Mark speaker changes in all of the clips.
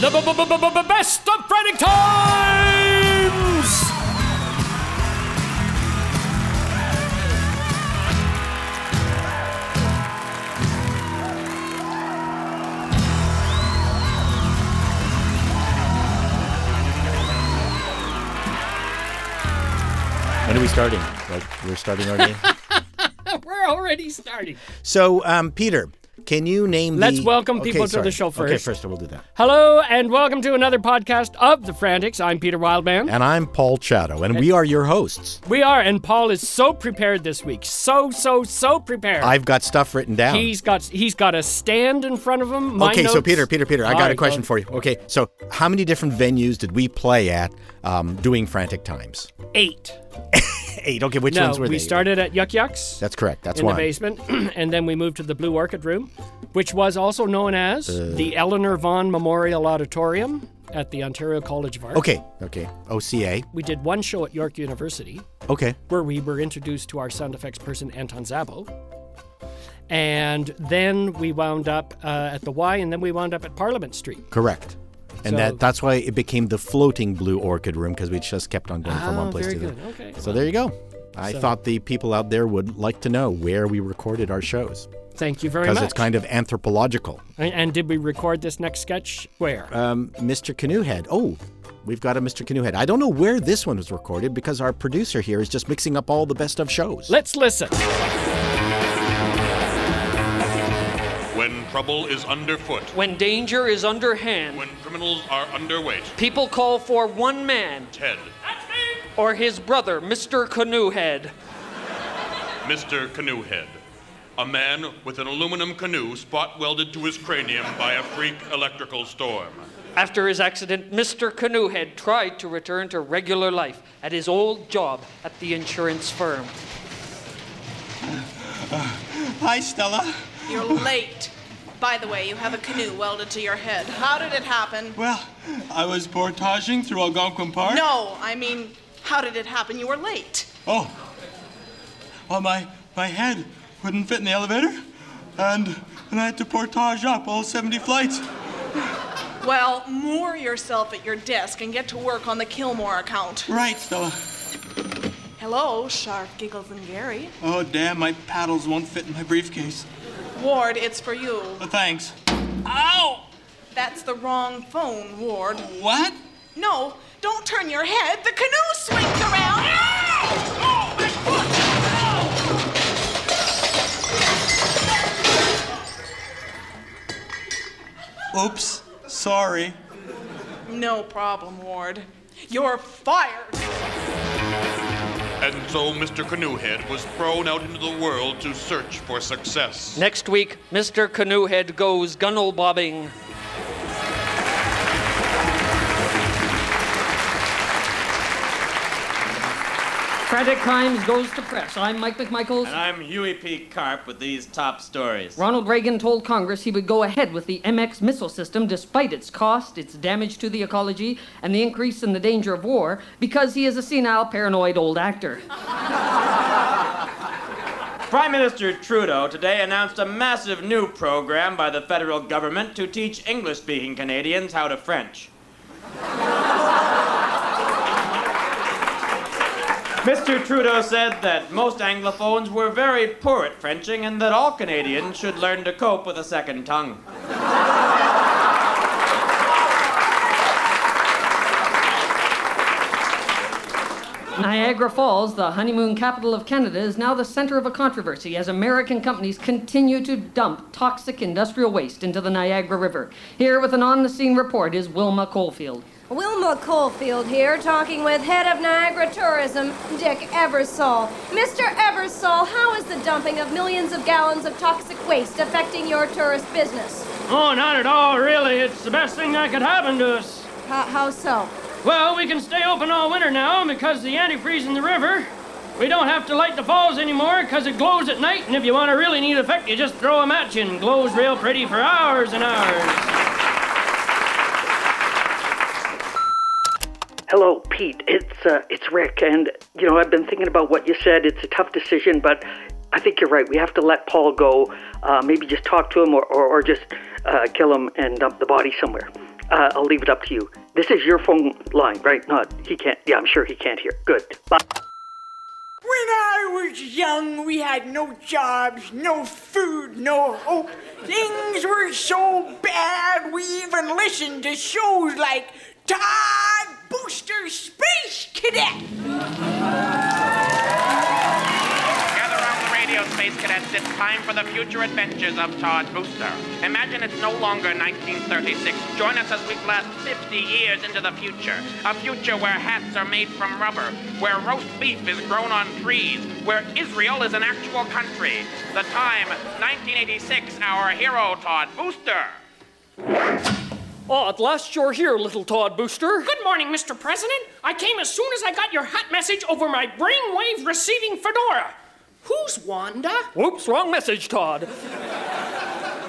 Speaker 1: The b- b- b- b- b- best of Frantic times.
Speaker 2: When are we starting? Like we're starting already.
Speaker 1: We're already starting.
Speaker 2: so, um, Peter, can you name? the-
Speaker 1: Let's welcome people to
Speaker 2: sorry.
Speaker 1: the show
Speaker 2: Okay,
Speaker 1: first.
Speaker 2: first we'll do that.
Speaker 1: Hello and welcome to another podcast of The Frantics. I'm Peter Wildman.
Speaker 2: And I'm Paul Chatto, and we are your hosts.
Speaker 1: We are, and Paul is so prepared this week. So, so, so prepared.
Speaker 2: I've got stuff written down.
Speaker 1: He's got he's got a stand in front of him. My
Speaker 2: okay, so
Speaker 1: notes-
Speaker 2: Peter, Peter, Peter, I
Speaker 1: All
Speaker 2: got a
Speaker 1: right,
Speaker 2: question
Speaker 1: go.
Speaker 2: for you. Okay, so how many different venues did we play at um, doing Frantic Times?
Speaker 1: Eight.
Speaker 2: Eight. Okay, which
Speaker 1: No,
Speaker 2: ones were
Speaker 1: we
Speaker 2: they?
Speaker 1: started at Yuck Yucks
Speaker 2: That's correct. That's
Speaker 1: in
Speaker 2: one.
Speaker 1: the basement, and then we moved to the Blue Orchid Room, which was also known as
Speaker 2: Uh.
Speaker 1: the Eleanor Vaughan Memorial Auditorium at the Ontario College of Art.
Speaker 2: Okay, okay. OCA.
Speaker 1: We did one show at York University
Speaker 2: Okay.
Speaker 1: where we were introduced to our sound effects person Anton Zabo. And then we wound up uh, at the Y, and then we wound up at Parliament Street.
Speaker 2: Correct. And
Speaker 1: So-
Speaker 2: that, that's why it became the floating blue orchid room because we just kept on going from
Speaker 1: Oh,
Speaker 2: one place
Speaker 1: very
Speaker 2: to the
Speaker 1: good. Okay.
Speaker 2: So there you go. I thought the people out there would like to know where we recorded our shows
Speaker 1: Thank you very much.
Speaker 2: because it's kind of anthropological.
Speaker 1: and, and did we record this next sketch where?
Speaker 2: Um, Mr. Canoehead. Oh, we've got a Mr. Canoehead. I don't know where this one was recorded because our producer here is just mixing up all the best of shows.
Speaker 1: Let's listen.
Speaker 3: When trouble is underfoot,
Speaker 4: When danger is underhand,
Speaker 3: when criminals are underweight,
Speaker 4: people call for one man
Speaker 3: Ted,
Speaker 4: or his brother, Mr. Canoehead.
Speaker 3: Mr. Canoehead, a man with an aluminum canoe spot welded to his cranium by a freak electrical storm.
Speaker 4: After his accident, Mr. Canoehead tried to return to regular life at his old job at the insurance firm.
Speaker 5: Hi, Stella.
Speaker 6: You're late. By the way, you have a canoe welded to your head. How did it happen?
Speaker 5: Well, I was portaging through Algonquin Park.
Speaker 6: No, I mean, how did it happen? You were late.
Speaker 5: Oh. Well, my, my head wouldn't fit in the elevator, and, and I had to portage up all 70 flights.
Speaker 6: Well, moor yourself at your desk and get to work on the Kilmore account.
Speaker 5: Right, Stella.
Speaker 6: Hello, Sharp Giggles and Gary.
Speaker 5: Oh, damn, my paddles won't fit in my briefcase.
Speaker 6: Ward, it's for you.
Speaker 5: But thanks. Ow!
Speaker 6: That's the wrong phone, Ward.
Speaker 5: What?
Speaker 6: No, don't turn your head. The canoe swings around.
Speaker 5: Oops. Sorry.
Speaker 6: No problem, Ward. You're fired.
Speaker 3: And so Mr. Canoehead was thrown out into the world to search for success.
Speaker 4: Next week, Mr. Canoehead goes gunnel bobbing. Frantic Times goes to press. I'm Mike McMichaels.
Speaker 7: And I'm Huey P. Carp with these top stories.
Speaker 4: Ronald Reagan told Congress he would go ahead with the MX missile system despite its cost, its damage to the ecology, and the increase in the danger of war because he is a senile, paranoid old actor.
Speaker 7: Prime Minister Trudeau today announced a massive new program by the federal government to teach English speaking Canadians how to French. Mr. Trudeau said that most Anglophones were very poor at Frenching and that all Canadians should learn to cope with a second tongue.
Speaker 4: Niagara Falls, the honeymoon capital of Canada, is now the center of a controversy as American companies continue to dump toxic industrial waste into the Niagara River. Here with an on the scene report is Wilma Caulfield.
Speaker 8: Wilma Caulfield here, talking with head of Niagara Tourism, Dick Eversole. Mr. Eversole, how is the dumping of millions of gallons of toxic waste affecting your tourist business?
Speaker 9: Oh, not at all, really. It's the best thing that could happen to us.
Speaker 8: How, how so?
Speaker 9: Well, we can stay open all winter now because the antifreeze in the river. We don't have to light the falls anymore because it glows at night, and if you want to really neat effect, you just throw a match in. It Glows real pretty for hours and hours.
Speaker 10: Hello, Pete. It's uh, it's Rick, and you know I've been thinking about what you said. It's a tough decision, but I think you're right. We have to let Paul go. Uh, maybe just talk to him, or or, or just uh, kill him and dump the body somewhere.
Speaker 11: Uh, I'll leave it up to you. This is your phone line, right? Not he can't. Yeah, I'm sure he can't hear. Good. Bye.
Speaker 6: When I was young, we had no jobs, no food, no hope. Things were so bad, we even listened to shows like Todd Booster Space Cadet.
Speaker 3: Gather around the radio, Space Cadets. It's time for the future adventures of Todd Booster. Imagine it's no longer 1936. Join us as we blast 50 years into the future. A future where hats are made from rubber, where roast beef is grown on trees, where Israel is an actual country. The time, 1986, our hero, Todd Booster.
Speaker 4: Oh, at last you're here, little Todd Booster.
Speaker 1: Good morning, Mr. President. I came as soon as I got your hot message over my brainwave receiving fedora. Who's Wanda?
Speaker 4: Whoops, wrong message, Todd.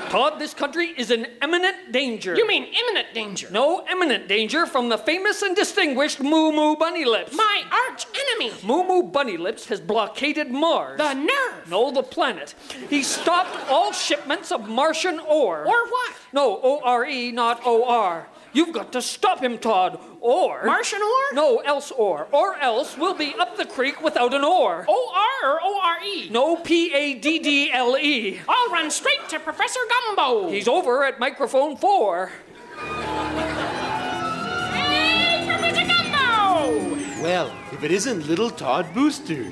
Speaker 4: Todd, this country is in imminent danger.
Speaker 1: You mean imminent danger?
Speaker 4: No, imminent danger from the famous and distinguished Moo Moo Bunny Lips.
Speaker 1: My arch enemy.
Speaker 4: Moo Moo Bunny Lips has blockaded Mars.
Speaker 1: The nerve!
Speaker 4: No, the planet. He stopped all shipments of Martian ore.
Speaker 1: Or what?
Speaker 4: No, O R E, not O R. You've got to stop him, Todd, or.
Speaker 1: Martian ore?
Speaker 4: No, else ore. Or else we'll be up the creek without an ore.
Speaker 1: O R or O R E?
Speaker 4: No, P A D D L E.
Speaker 1: I'll run straight to Professor Gumbo.
Speaker 4: He's over at microphone four.
Speaker 1: Hey, Professor Gumbo!
Speaker 7: Well, if it isn't little Todd Booster.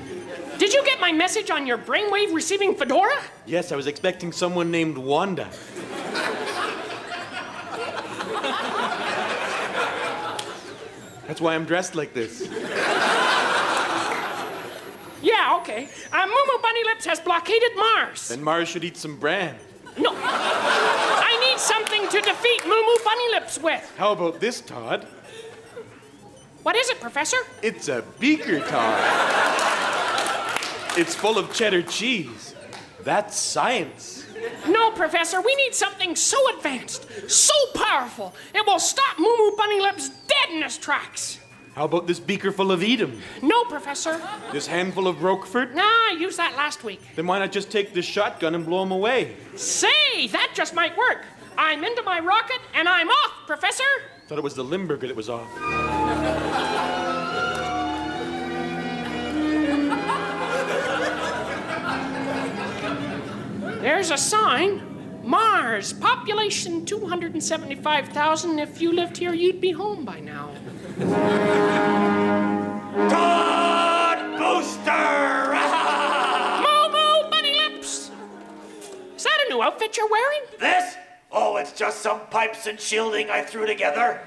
Speaker 1: Did you get my message on your brainwave receiving fedora?
Speaker 7: Yes, I was expecting someone named Wanda. That's why I'm dressed like this.
Speaker 1: yeah, okay. Uh, Mumu Bunny Lips has blockaded Mars.
Speaker 7: Then Mars should eat some bran.
Speaker 1: No. I need something to defeat Mumu Bunny Lips with.
Speaker 7: How about this, Todd?
Speaker 1: What is it, Professor?
Speaker 7: It's a beaker, Todd. it's full of cheddar cheese. That's science.
Speaker 1: No, Professor, we need something so advanced, so powerful, it will stop Moo Moo Bunny Lips dead in his tracks.
Speaker 7: How about this beaker full of Edam?
Speaker 1: No, Professor.
Speaker 7: This handful of Roquefort?
Speaker 1: Nah, I used that last week.
Speaker 7: Then why not just take this shotgun and blow him away?
Speaker 1: Say, that just might work. I'm into my rocket and I'm off, Professor.
Speaker 7: Thought it was the Limburger that was off.
Speaker 1: There's a sign. Mars, population 275,000. If you lived here, you'd be home by now.
Speaker 6: Todd Booster!
Speaker 1: Moo Moo Bunny Lips! Is that a new outfit you're wearing?
Speaker 6: This? Oh, it's just some pipes and shielding I threw together.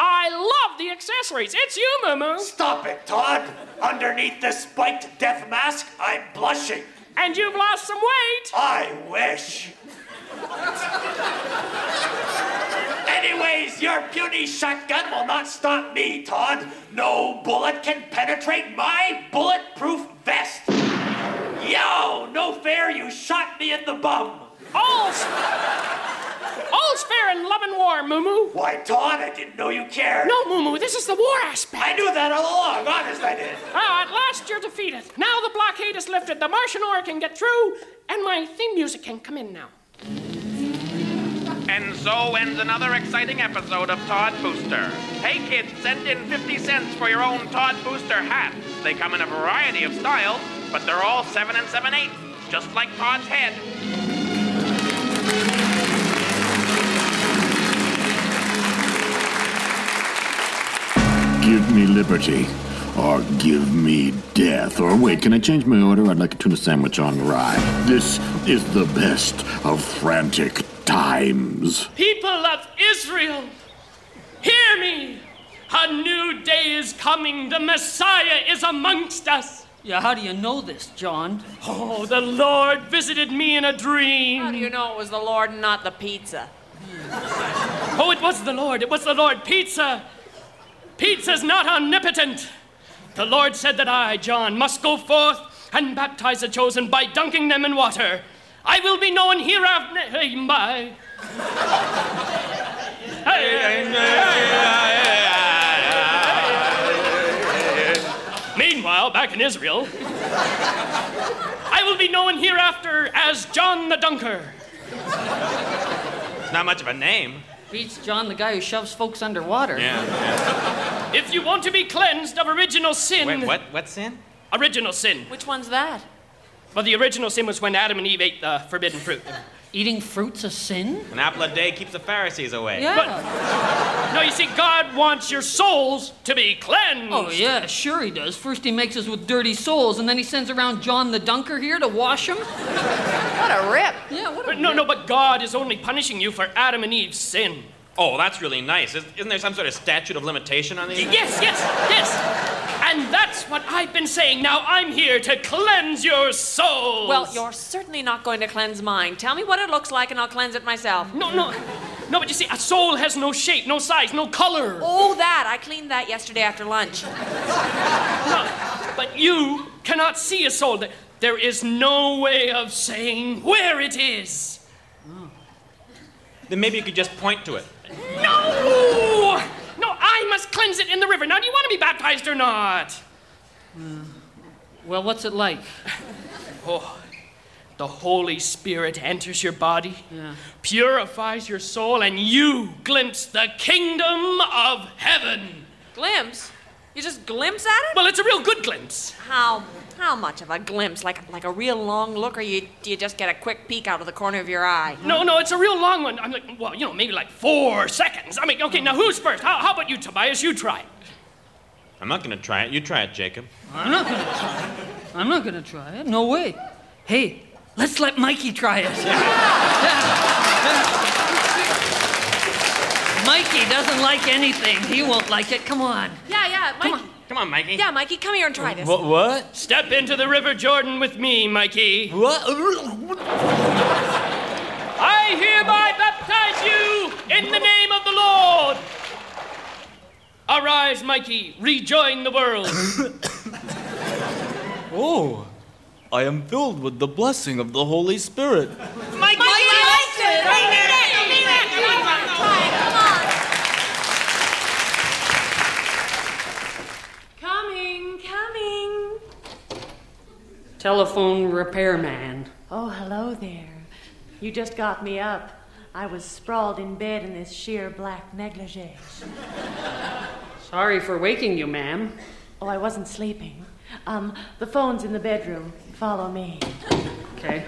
Speaker 1: I love the accessories. It's you, Moo Moo.
Speaker 6: Stop it, Todd. Underneath this spiked death mask, I'm blushing.
Speaker 1: And you've lost some weight.
Speaker 6: I wish. Anyways, your puny shotgun will not stop me, Todd. No bullet can penetrate my bulletproof vest. Yo, no fair, you shot me in the bum.
Speaker 1: All's, all's fair in love and war, Moo Moo.
Speaker 6: Why, Todd, I didn't know you cared.
Speaker 1: No, Moo Moo, this is the war aspect.
Speaker 6: I knew that all along, honest I did.
Speaker 1: Ah, at last you're defeated. Now the blockade is lifted, the Martian ore can get through, and my theme music can come in now.
Speaker 3: And so ends another exciting episode of Todd Booster. Hey kids, send in 50 cents for your own Todd Booster hat. They come in a variety of styles, but they're all 7 and 7 8, just like Todd's head.
Speaker 12: Give me liberty, or give me death. Or wait, can I change my order? I'd like a tuna sandwich on rye. This is the best of frantic times.
Speaker 1: People of Israel, hear me! A new day is coming. The Messiah is amongst us.
Speaker 13: Yeah, how do you know this, John?
Speaker 1: Oh, the Lord visited me in a dream.
Speaker 14: How do you know it was the Lord and not the pizza?
Speaker 1: oh, it was the Lord. It was the Lord. Pizza. Pizza's not omnipotent. The Lord said that I, John, must go forth and baptize the chosen by dunking them in water. I will be known hereafter. Hey, my. Meanwhile, back in Israel, I will be known hereafter as John the Dunker.
Speaker 15: It's not much of a name.
Speaker 4: Beats John the guy who shoves folks underwater.
Speaker 1: If you want to be cleansed of original sin.
Speaker 4: Wait, what?
Speaker 1: What sin? Original sin.
Speaker 4: Which one's that?
Speaker 1: Well, the original sin was when Adam and Eve ate the forbidden fruit.
Speaker 4: Eating fruit's a sin?
Speaker 16: An apple a day keeps the Pharisees away.
Speaker 1: But, no, you see, God wants your souls to be cleansed.
Speaker 4: Oh, yeah, sure he does. First he makes us with dirty souls, and then he sends around John the Dunker here to wash them.
Speaker 1: What
Speaker 4: a rip.
Speaker 1: Yeah, what No, no, but God is only punishing you for Adam and Eve's sin.
Speaker 16: Oh, that's really nice. Is- Isn't there some sort of statute of limitation on these?
Speaker 1: Y- Yes, yes, yes. And that's what I've been saying. Now I'm here to cleanse your souls.
Speaker 17: Well, you're certainly not going to cleanse mine. Tell me what it looks like and I'll cleanse it myself.
Speaker 1: No, no. No, but you see, a soul has no shape, no size, no color.
Speaker 17: Oh, that. I cleaned that yesterday after lunch.
Speaker 1: But you cannot see a soul. There- There is no way of saying where it is.
Speaker 16: Then maybe you could just point to it.
Speaker 1: No! No, I must cleanse it in the river. Now, do you want to be baptized or not?
Speaker 4: Well, what's it like?
Speaker 1: Oh, the Holy Spirit enters your body, purifies your soul, and you glimpse the kingdom of heaven.
Speaker 17: Glimpse? You just glimpse at it?
Speaker 1: Well, it's a real good glimpse.
Speaker 17: How how much of a glimpse? Like like a real long look, or you do you just get a quick peek out of the corner of your eye?
Speaker 1: No, no, it's a real long one. I'm like, well, you know, maybe like four seconds. I mean, okay, now who's first? How, how about you, Tobias? You try.
Speaker 16: I'm not gonna try it. You try it, Jacob.
Speaker 4: I'm not gonna try it. I'm not gonna try it. No way. Hey, let's let Mikey try it. Mikey doesn't like anything. He won't like it. Come on.
Speaker 17: Yeah, yeah, Mikey. Come on,
Speaker 16: come on Mikey.
Speaker 17: Yeah, Mikey, come here and try this.
Speaker 1: what? Step into the River Jordan with me, Mikey.
Speaker 16: What?
Speaker 1: I hereby baptize you in the name of the Lord. Arise, Mikey, rejoin the world.
Speaker 18: Oh, I am filled with the blessing of the Holy Spirit.
Speaker 1: Mikey, likes it. Bring it in. Bring it in.
Speaker 17: Coming, coming.
Speaker 4: Telephone repairman.
Speaker 8: Oh, hello there. You just got me up. I was sprawled in bed in this sheer black negligee.
Speaker 4: Sorry for waking you, ma'am.
Speaker 8: Oh, I wasn't sleeping. Um, the phone's in the bedroom. Follow me.
Speaker 4: Okay.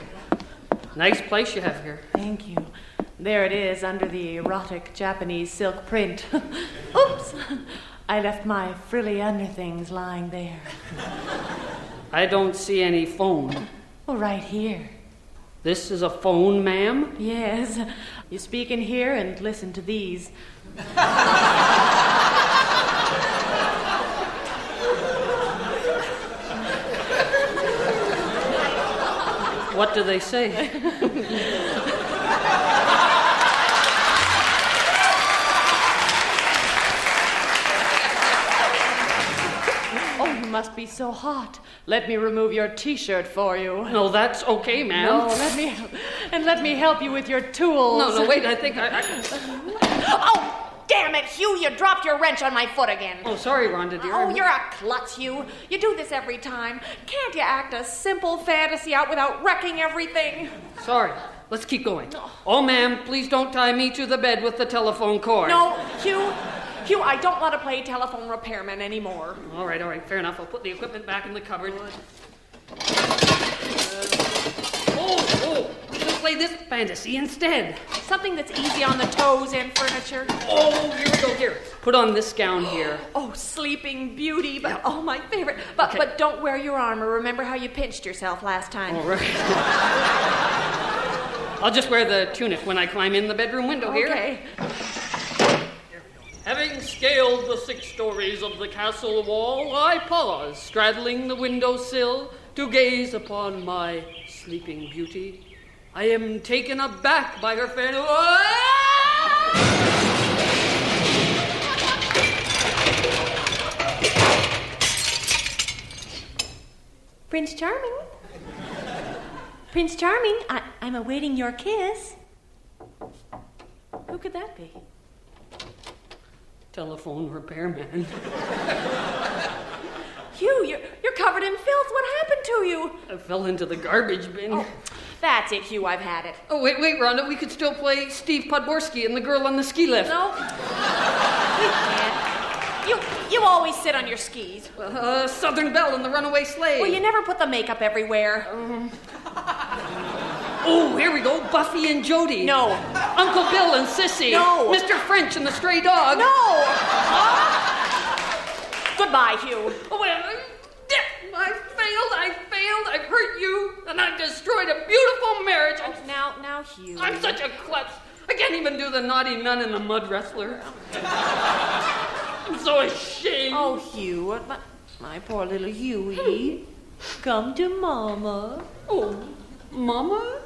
Speaker 4: Nice place you have here.
Speaker 8: Thank you. There it is, under the erotic Japanese silk print. Oops! I left my frilly underthings lying there.
Speaker 4: I don't see any phone.
Speaker 8: Well, Oh, right here.
Speaker 4: This is a phone, ma'am?
Speaker 8: Yes. You speak in here and listen to these.
Speaker 4: What do they say?
Speaker 8: Oh, you must be so hot. Let me remove your T-shirt for you.
Speaker 4: No, that's okay, ma'am.
Speaker 8: No, let me and let me help you with your tools.
Speaker 4: No, no, Oh, wait, I think I. I...
Speaker 19: Oh, damn it, Hugh, you dropped your wrench on my foot again.
Speaker 4: Oh, sorry, Rhonda, dear.
Speaker 19: Oh, you're a klutz, Hugh. You do this every time. Can't you act a simple fantasy out without wrecking everything?
Speaker 4: Sorry. Let's keep going. Oh, ma'am, please don't tie me to the bed with the telephone cord.
Speaker 19: No, Hugh, Hugh, I don't want to play telephone repairman anymore.
Speaker 4: All right, all right, fair enough. I'll put the equipment back in the cupboard. Uh, oh, oh, we'll play this fantasy instead.
Speaker 19: Something that's easy on the toes and furniture.
Speaker 4: Oh, here we go, here. Put on this gown here.
Speaker 19: Oh, Sleeping Beauty, but oh, my favorite. But but don't wear your armor. Remember how you pinched yourself last time.
Speaker 4: All right. I'll just wear the tunic when I climb in the bedroom window here.
Speaker 8: Okay.
Speaker 4: Having scaled the six stories of the castle wall, I pause, straddling the windowsill, to gaze upon my sleeping beauty. I am taken aback by her fan.
Speaker 8: Prince Charming. Prince Charming, I, I'm awaiting your kiss. Who could that be?
Speaker 4: Telephone repairman.
Speaker 19: Hugh, you're, you're covered in filth. What happened to you?
Speaker 4: I fell into the garbage bin.
Speaker 8: That's it, Hugh. I've had it.
Speaker 20: Oh, wait, wait, Rhonda. We could still play Steve Podborski and the girl on the ski lift.
Speaker 8: No. You you always sit on your skis.
Speaker 20: Uh, Southern Belle and the Runaway Slave.
Speaker 8: Well, you never put the makeup everywhere.
Speaker 20: Oh, here we go. Buffy and Jody.
Speaker 8: No.
Speaker 20: Uncle Bill and Sissy.
Speaker 8: No.
Speaker 20: Mr. French and the Stray
Speaker 4: Uh,
Speaker 20: Dog.
Speaker 8: No. Goodbye, Hugh.
Speaker 20: Oh, well, I failed. I failed. I've hurt you, and I've destroyed a beautiful marriage. I'm,
Speaker 8: now, now, Hugh.
Speaker 20: I'm such a klutz. I can't even do the naughty nun and the mud wrestler. I'm so ashamed.
Speaker 8: Oh, Hugh, my, my poor little Huey. Come to Mama.
Speaker 20: Oh, Mama?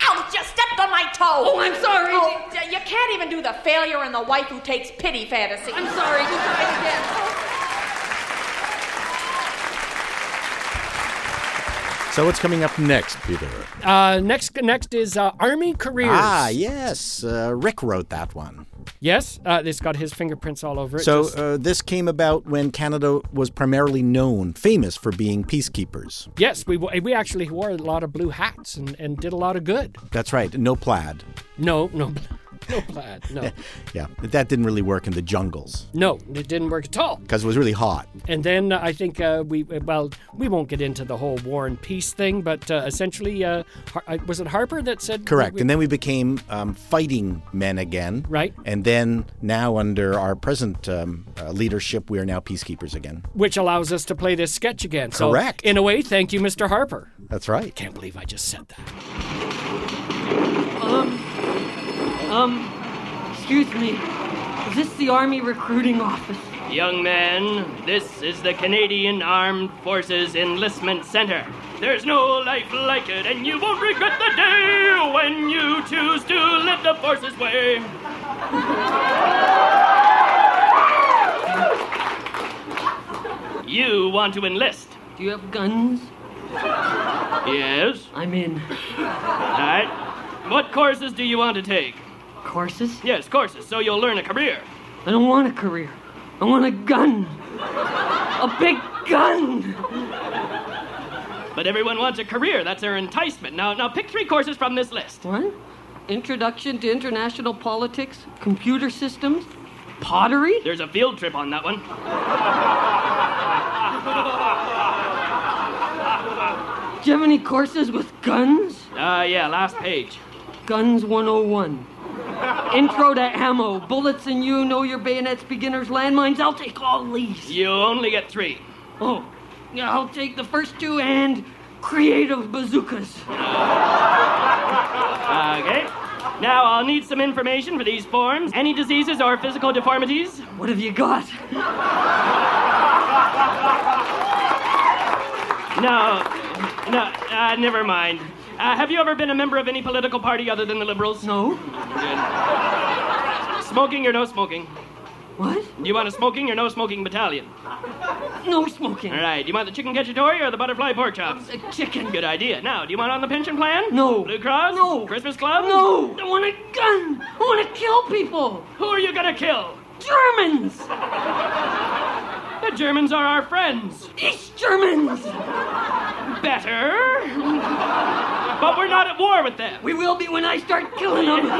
Speaker 8: Ouch, you stepped on my toe.
Speaker 20: Oh, I'm sorry.
Speaker 8: Oh, d- you can't even do the failure and the wife who takes pity fantasy.
Speaker 20: I'm sorry. You tried again.
Speaker 2: So what's coming up next, Peter?
Speaker 1: Uh, next, next is uh, Army Careers.
Speaker 2: Ah, yes. Uh, Rick wrote that one.
Speaker 1: Yes, uh, it's got his fingerprints all over it.
Speaker 2: So
Speaker 1: Just-
Speaker 2: uh, this came about when Canada was primarily known, famous for being peacekeepers.
Speaker 1: yes, we wa- we actually wore a lot of blue hats and, and did a lot of good.
Speaker 2: That's right. No plaid.
Speaker 1: No, no, no plaid. No,
Speaker 2: Yeah, but that didn't really work in the jungles
Speaker 1: no, it didn't work at all.
Speaker 2: because it was really hot.
Speaker 1: And then uh, I think uh, we uh, well we won't get into the whole war and peace thing, but uh, essentially, uh, Har- uh, was it Harper that said
Speaker 2: Correct.
Speaker 1: we-
Speaker 2: And then we became um, fighting men again.
Speaker 1: Right.
Speaker 2: And then now under our present um, uh, leadership, we are now peacekeepers again.
Speaker 1: which allows us to play this sketch again. So
Speaker 2: Correct.
Speaker 1: In a way, thank you, Mr. Harper.
Speaker 2: That's right.
Speaker 1: Can't believe I just said that.
Speaker 4: Um, um, excuse me. Is this the Army recruiting office?
Speaker 7: Young man, this is the Canadian Armed Forces Enlistment Center. There's no life like it, and you won't regret the day when you choose to live the forces way. You want to enlist?
Speaker 4: Do you have guns?
Speaker 7: Yes.
Speaker 4: I'm in.
Speaker 7: All right. What courses do you want to take?
Speaker 4: Courses?
Speaker 7: Yes, courses, so you'll learn a career.
Speaker 4: I don't want a career. I want a gun. A big gun.
Speaker 7: But everyone wants a career. That's their enticement. Now, now pick three courses from this list.
Speaker 4: What? Introduction to international politics, computer systems, pottery?
Speaker 7: There's a field trip on that one.
Speaker 4: Do you have any courses with guns?
Speaker 7: Uh, yeah, last page.
Speaker 4: Guns 101. Intro to ammo, bullets and you, know your bayonets, beginners, landmines. I'll take all these.
Speaker 7: You only get three.
Speaker 4: Oh, yeah, I'll take the first two and creative bazookas.
Speaker 7: Okay. Now I'll need some information for these forms. Any diseases or physical deformities?
Speaker 4: What have you got?
Speaker 7: No, no, uh, never mind. Uh, have you ever been a member of any political party other than the Liberals?
Speaker 4: No.
Speaker 7: Smoking or no smoking?
Speaker 4: What?
Speaker 7: You want a smoking or no smoking battalion?
Speaker 4: No smoking.
Speaker 7: All right. Do you want the chicken cacciatore or the butterfly pork chops?
Speaker 4: A chicken.
Speaker 7: Good idea. Now, do you want on the pension plan?
Speaker 4: No.
Speaker 7: Blue Cross?
Speaker 4: No.
Speaker 7: Christmas Club?
Speaker 4: No. I want a gun. I want to kill people.
Speaker 7: Who are you gonna kill?
Speaker 4: Germans.
Speaker 7: The Germans are our friends.
Speaker 4: East Germans.
Speaker 7: Better. but we're not at war with them.
Speaker 4: We will be when I start killing them.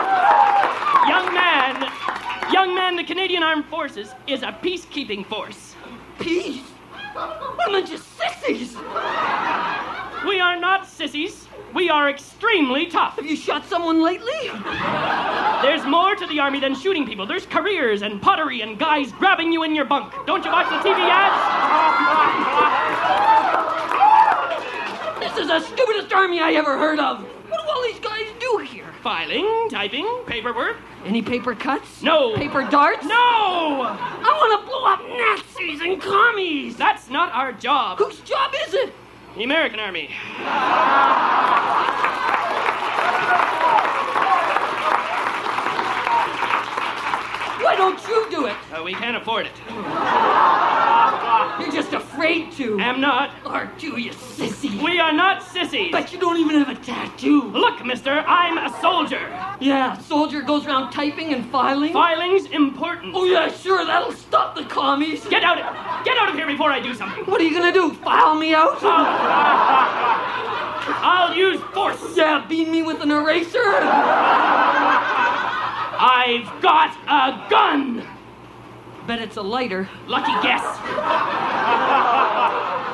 Speaker 7: Young man, young man, the Canadian Armed Forces is a peacekeeping force.
Speaker 4: Peace. I'm a just sissies.
Speaker 7: We are not sissies. We are extremely tough.
Speaker 4: Have you shot someone lately?
Speaker 7: There's more to the army than shooting people. There's careers and pottery and guys grabbing you in your bunk. Don't you watch the TV ads?
Speaker 4: This is the stupidest army I ever heard of. What do all these guys do here?
Speaker 7: Filing, typing, paperwork.
Speaker 4: Any paper cuts?
Speaker 7: No.
Speaker 4: Paper darts?
Speaker 7: No!
Speaker 4: I want to blow up Nazis and commies.
Speaker 7: That's not our job.
Speaker 4: Whose job is it?
Speaker 7: The American Army.
Speaker 4: Why don't you do it?
Speaker 7: Uh, we can't afford it.
Speaker 4: You're just afraid to.
Speaker 21: Am not.
Speaker 4: Aren't you, you sissy?
Speaker 21: We are not sissies.
Speaker 4: But you don't even have a tattoo.
Speaker 21: Look, mister, I'm a soldier.
Speaker 4: Yeah, soldier goes around typing and filing.
Speaker 21: Filing's important.
Speaker 4: Oh, yeah, sure, that'll stop the commies.
Speaker 21: Get out of get out of here before I do something.
Speaker 4: What are you gonna do? File me out?
Speaker 21: I'll use force.
Speaker 4: Yeah, beat me with an eraser.
Speaker 21: I've got a gun.
Speaker 4: Bet it's a lighter.
Speaker 21: Lucky guess. Just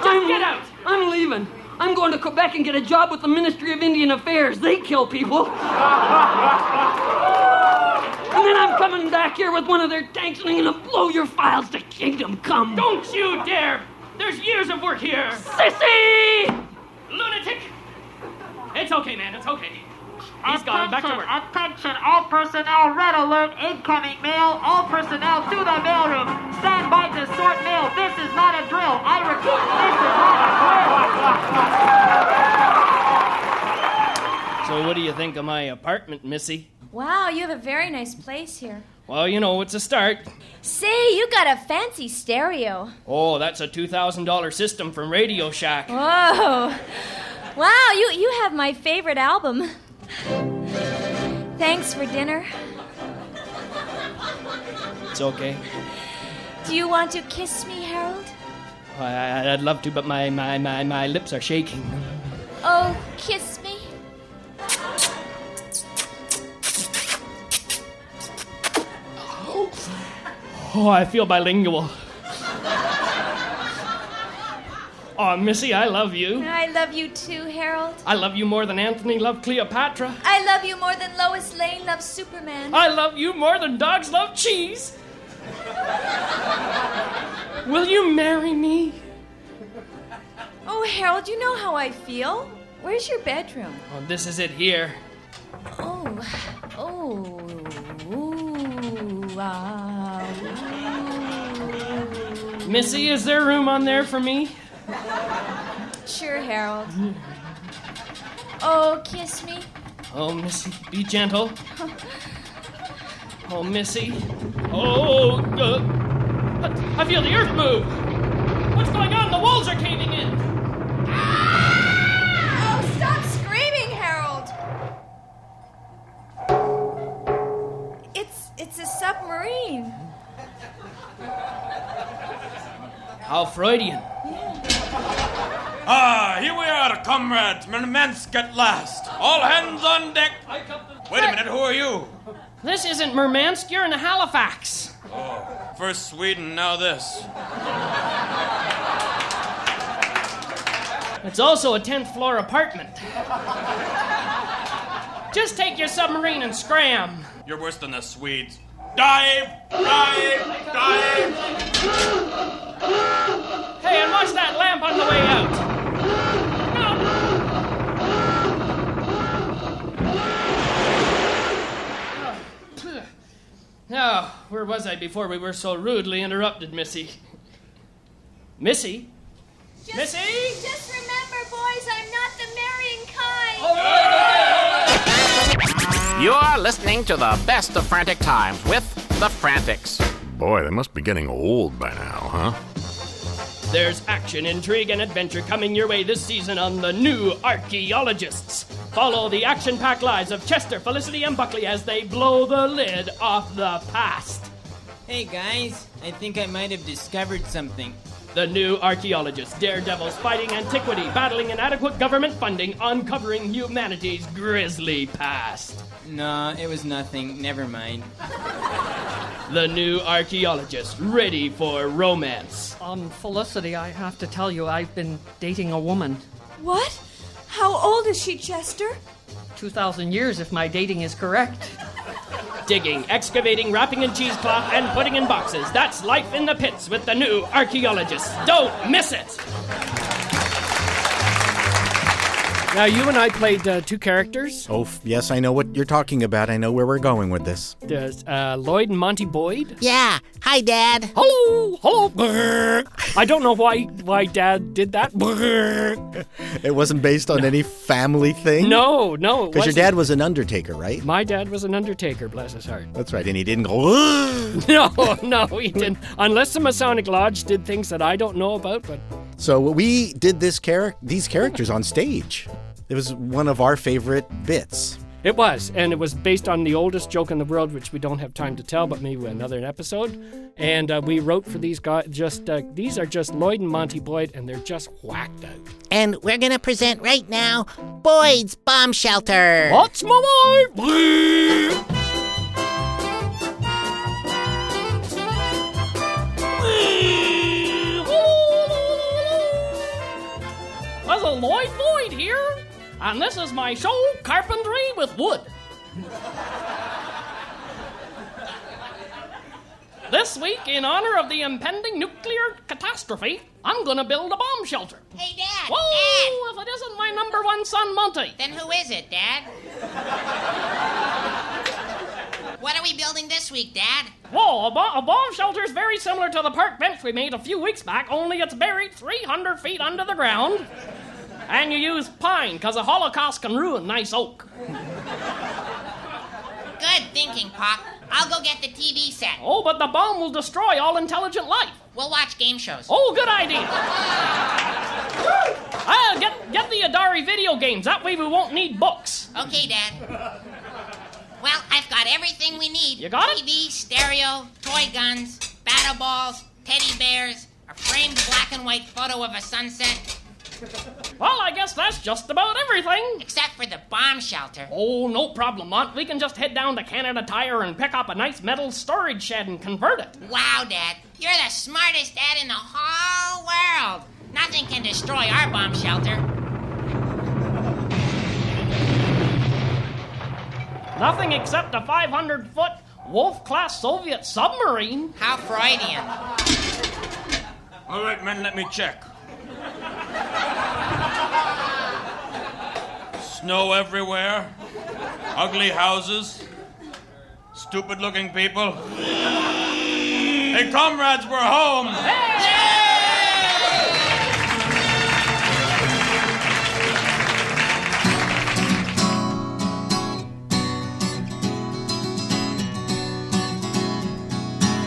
Speaker 4: I'm-
Speaker 21: get out.
Speaker 4: I'm leaving. I'm going to Quebec and get a job with the Ministry of Indian Affairs. They kill people. And then I'm coming back here with one of their tanks and I'm gonna blow your files to kingdom come.
Speaker 21: Don't you dare. There's years of work here.
Speaker 4: Sissy!
Speaker 21: Lunatic. It's okay, man. It's okay. He's gone.
Speaker 6: Attention,
Speaker 21: Back to work.
Speaker 6: attention, all personnel, red alert, incoming mail, all personnel to the mailroom. Stand by to sort mail. This is not a drill. I repeat, this is
Speaker 1: So, what do you think of my apartment, Missy?
Speaker 8: Wow, you have a very nice place here.
Speaker 1: Well, you know, it's a start.
Speaker 8: Say, you got a fancy stereo.
Speaker 1: Oh, that's a $2,000 system from Radio Shack.
Speaker 8: Whoa. Wow, you, you have my favorite album. Thanks for dinner.
Speaker 1: It's okay.
Speaker 8: Do you want to kiss me, Harold?
Speaker 1: I- I, I'd love to, but my, my, my, my lips are shaking.
Speaker 8: Oh, kiss me.
Speaker 1: Oh, I feel bilingual. Oh, Missy, I love you.
Speaker 8: I love you too, Harold.
Speaker 1: I love you more than Anthony loved Cleopatra.
Speaker 8: I love you more than Lois Lane loves Superman.
Speaker 1: I love you more than dogs love cheese. Will you marry me?
Speaker 8: Oh, Harold, you know how I feel. Where's your bedroom?
Speaker 1: Oh, this is it here.
Speaker 8: Oh, oh, ooh, ah, ooh.
Speaker 1: Missy, is there room on there for me?
Speaker 8: Sure, Harold. Oh, kiss me.
Speaker 1: Oh, Missy, be gentle. Oh, Missy. Oh, uh, I feel the earth move. What's going on? The walls are caving in.
Speaker 8: Oh, stop screaming, Harold. It's it's a submarine.
Speaker 1: How Freudian.
Speaker 7: Ah, here we are, comrades, Murmansk at last. All hands on deck. Wait a minute, who are you?
Speaker 1: This isn't Murmansk, you're in Halifax.
Speaker 7: First Sweden, now this.
Speaker 1: It's also a 10th floor apartment. Just take your submarine and scram.
Speaker 7: You're worse than the Swedes. Dive! Dive! Dive!
Speaker 1: Hey, and watch that lamp on the way out. Now, where was I before we were so rudely interrupted, Missy? Missy? Missy?
Speaker 8: Just remember, boys, I'm not the marrying kind.
Speaker 22: You're listening to the best of frantic times with the Frantics.
Speaker 23: Boy, they must be getting old by now, huh?
Speaker 1: There's action, intrigue, and adventure coming your way this season on The New Archaeologists. Follow the action packed lives of Chester, Felicity, and Buckley as they blow the lid off the past.
Speaker 5: Hey guys, I think I might have discovered something.
Speaker 1: The new archaeologists, daredevils fighting antiquity, battling inadequate government funding, uncovering humanity's grisly past.
Speaker 5: No, it was nothing. Never mind.
Speaker 1: The new archaeologists, ready for romance.
Speaker 4: Um, Felicity, I have to tell you, I've been dating a woman.
Speaker 8: What? How old is she, Chester?
Speaker 4: 2,000 years, if my dating is correct.
Speaker 1: Digging, excavating, wrapping in cheesecloth, and putting in boxes. That's life in the pits with the new archaeologists. Don't miss it!
Speaker 24: Now, you and I played uh, two characters
Speaker 2: Oh, f- yes, I know what you're talking about. I know where we're going with this.
Speaker 24: uh, uh, Lloyd and Monty Boyd.
Speaker 6: Yeah. Hi, Dad.
Speaker 24: Hello. Hello. Brrr. I don't know why why Dad did that. Brrr.
Speaker 2: It wasn't based on any family thing?
Speaker 24: No, no. it
Speaker 2: Because your
Speaker 24: wasn't.
Speaker 2: dad was an undertaker, right?
Speaker 24: My dad was an undertaker, bless his heart.
Speaker 2: That's right, and he didn't go.
Speaker 24: No, no, he didn't. Unless the Masonic Lodge did things that I don't know about, but
Speaker 2: So we did this char- these characters on stage. It was one of our favorite bits.
Speaker 24: It was, and it was based on the oldest joke in the world, which we don't have time to tell, but maybe another episode. And uh, we wrote for these guys. Just uh, these are just Lloyd and Monty Boyd, and they're just whacked out.
Speaker 6: And we're going to present right now Boyd's Bomb Shelter.
Speaker 24: What's my boy?
Speaker 1: Puzzle Lloyd Boyd here, and this is my show, Carpentry with Wood. this week, in honor of the impending nuclear catastrophe, I'm gonna build a bomb shelter.
Speaker 6: Hey, Dad.
Speaker 1: Whoa! If it isn't my number one son, Monty.
Speaker 6: Then who is it, Dad? What are we building this week, Dad?
Speaker 1: Whoa, a, bo- a bomb shelter is very similar to the park bench we made a few weeks back, only it's buried 300 feet under the ground. And you use pine, because the Holocaust can ruin nice oak.
Speaker 6: Good thinking, Pop. I'll go get the TV set.
Speaker 1: Oh, but the bomb will destroy all intelligent life.
Speaker 6: We'll watch game shows.
Speaker 1: Oh, good idea. Ah, get, get the Atari video games. That way we won't need books.
Speaker 6: Okay, Dad. Well, I've got everything we need.
Speaker 1: You got it?
Speaker 6: TV, stereo, toy guns, battle balls, teddy bears, a framed black and white photo of a sunset.
Speaker 1: Well, I guess that's just about everything.
Speaker 6: Except for the bomb shelter.
Speaker 1: Oh, no problem, Mont. We can just head down to Canada Tire and pick up a nice metal storage shed and convert it.
Speaker 6: Wow, Dad. You're the smartest dad in the
Speaker 8: Oh,
Speaker 6: whole world. Nothing can destroy our bomb shelter.
Speaker 1: Nothing except a 500 foot Wolf class Soviet submarine.
Speaker 6: How Freudian.
Speaker 16: All right, men, let me check. Snow everywhere, ugly houses, stupid looking people. Hey, comrades, we're home!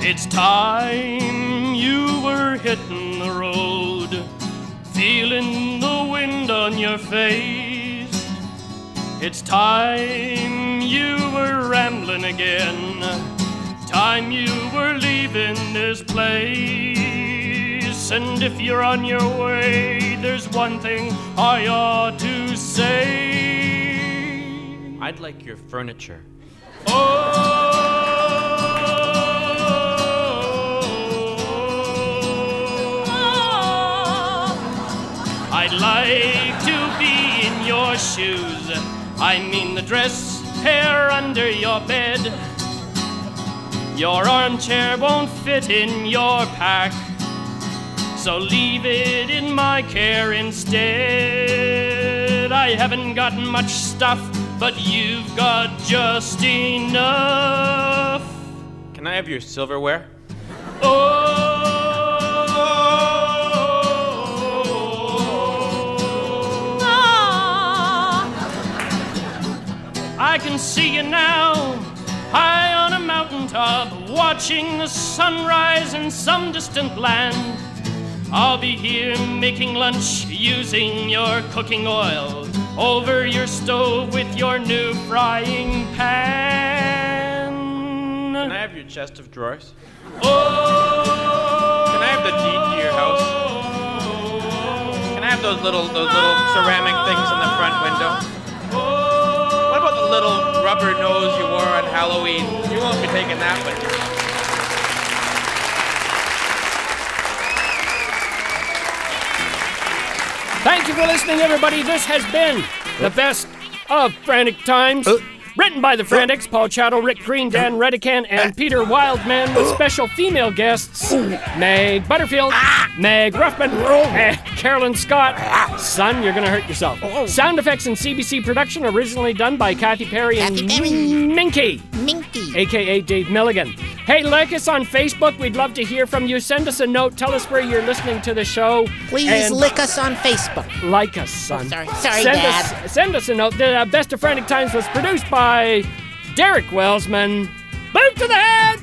Speaker 1: It's time you were hitting the road, feeling the wind on your face. It's time you were rambling again, time you were leaving this place. And if you're on your way, there's one thing I ought to say.
Speaker 7: I'd like your furniture.
Speaker 1: Oh. I'd like to be in your shoes. I mean the dress hair under your bed. Your armchair won't fit in your pack. So leave it in my care instead. I haven't got much stuff, but you've got just enough.
Speaker 7: Can I have your silverware?
Speaker 1: Oh, Ah! I can see you now, high on a mountaintop, watching the sunrise in some distant land. I'll be here making lunch using your cooking oil over your stove with your new frying pan.
Speaker 7: Can I have your chest of drawers? Can I have the deed to your house? Can I have those little those little ceramic things in the front window? What about the little rubber nose you wore on Halloween? You won't be taking that with you.
Speaker 24: Thank you for listening, everybody. This has been the best of Frantic Times.
Speaker 7: Written by the Frantics, Paul Chatto, Rick Green, Dan Redican, and Peter Wildman, with special female guests Meg Butterfield, Meg Ruffman, and Carolyn Scott. Son, you're going to hurt yourself. Sound effects and CBC production originally done by Kathy Perry and Minky. Minky. AKA Dave Milligan. Hey, like us on Facebook. We'd love to hear from you. Send us a note. Tell us where you're listening to the show.
Speaker 6: Please lick us on Facebook.
Speaker 7: Like us, son.
Speaker 6: Sorry, sorry,
Speaker 7: send
Speaker 6: Dad.
Speaker 7: Us, send us a note. The uh, Best of Frantic Times was produced by Derek Wellsman. Boot to the head!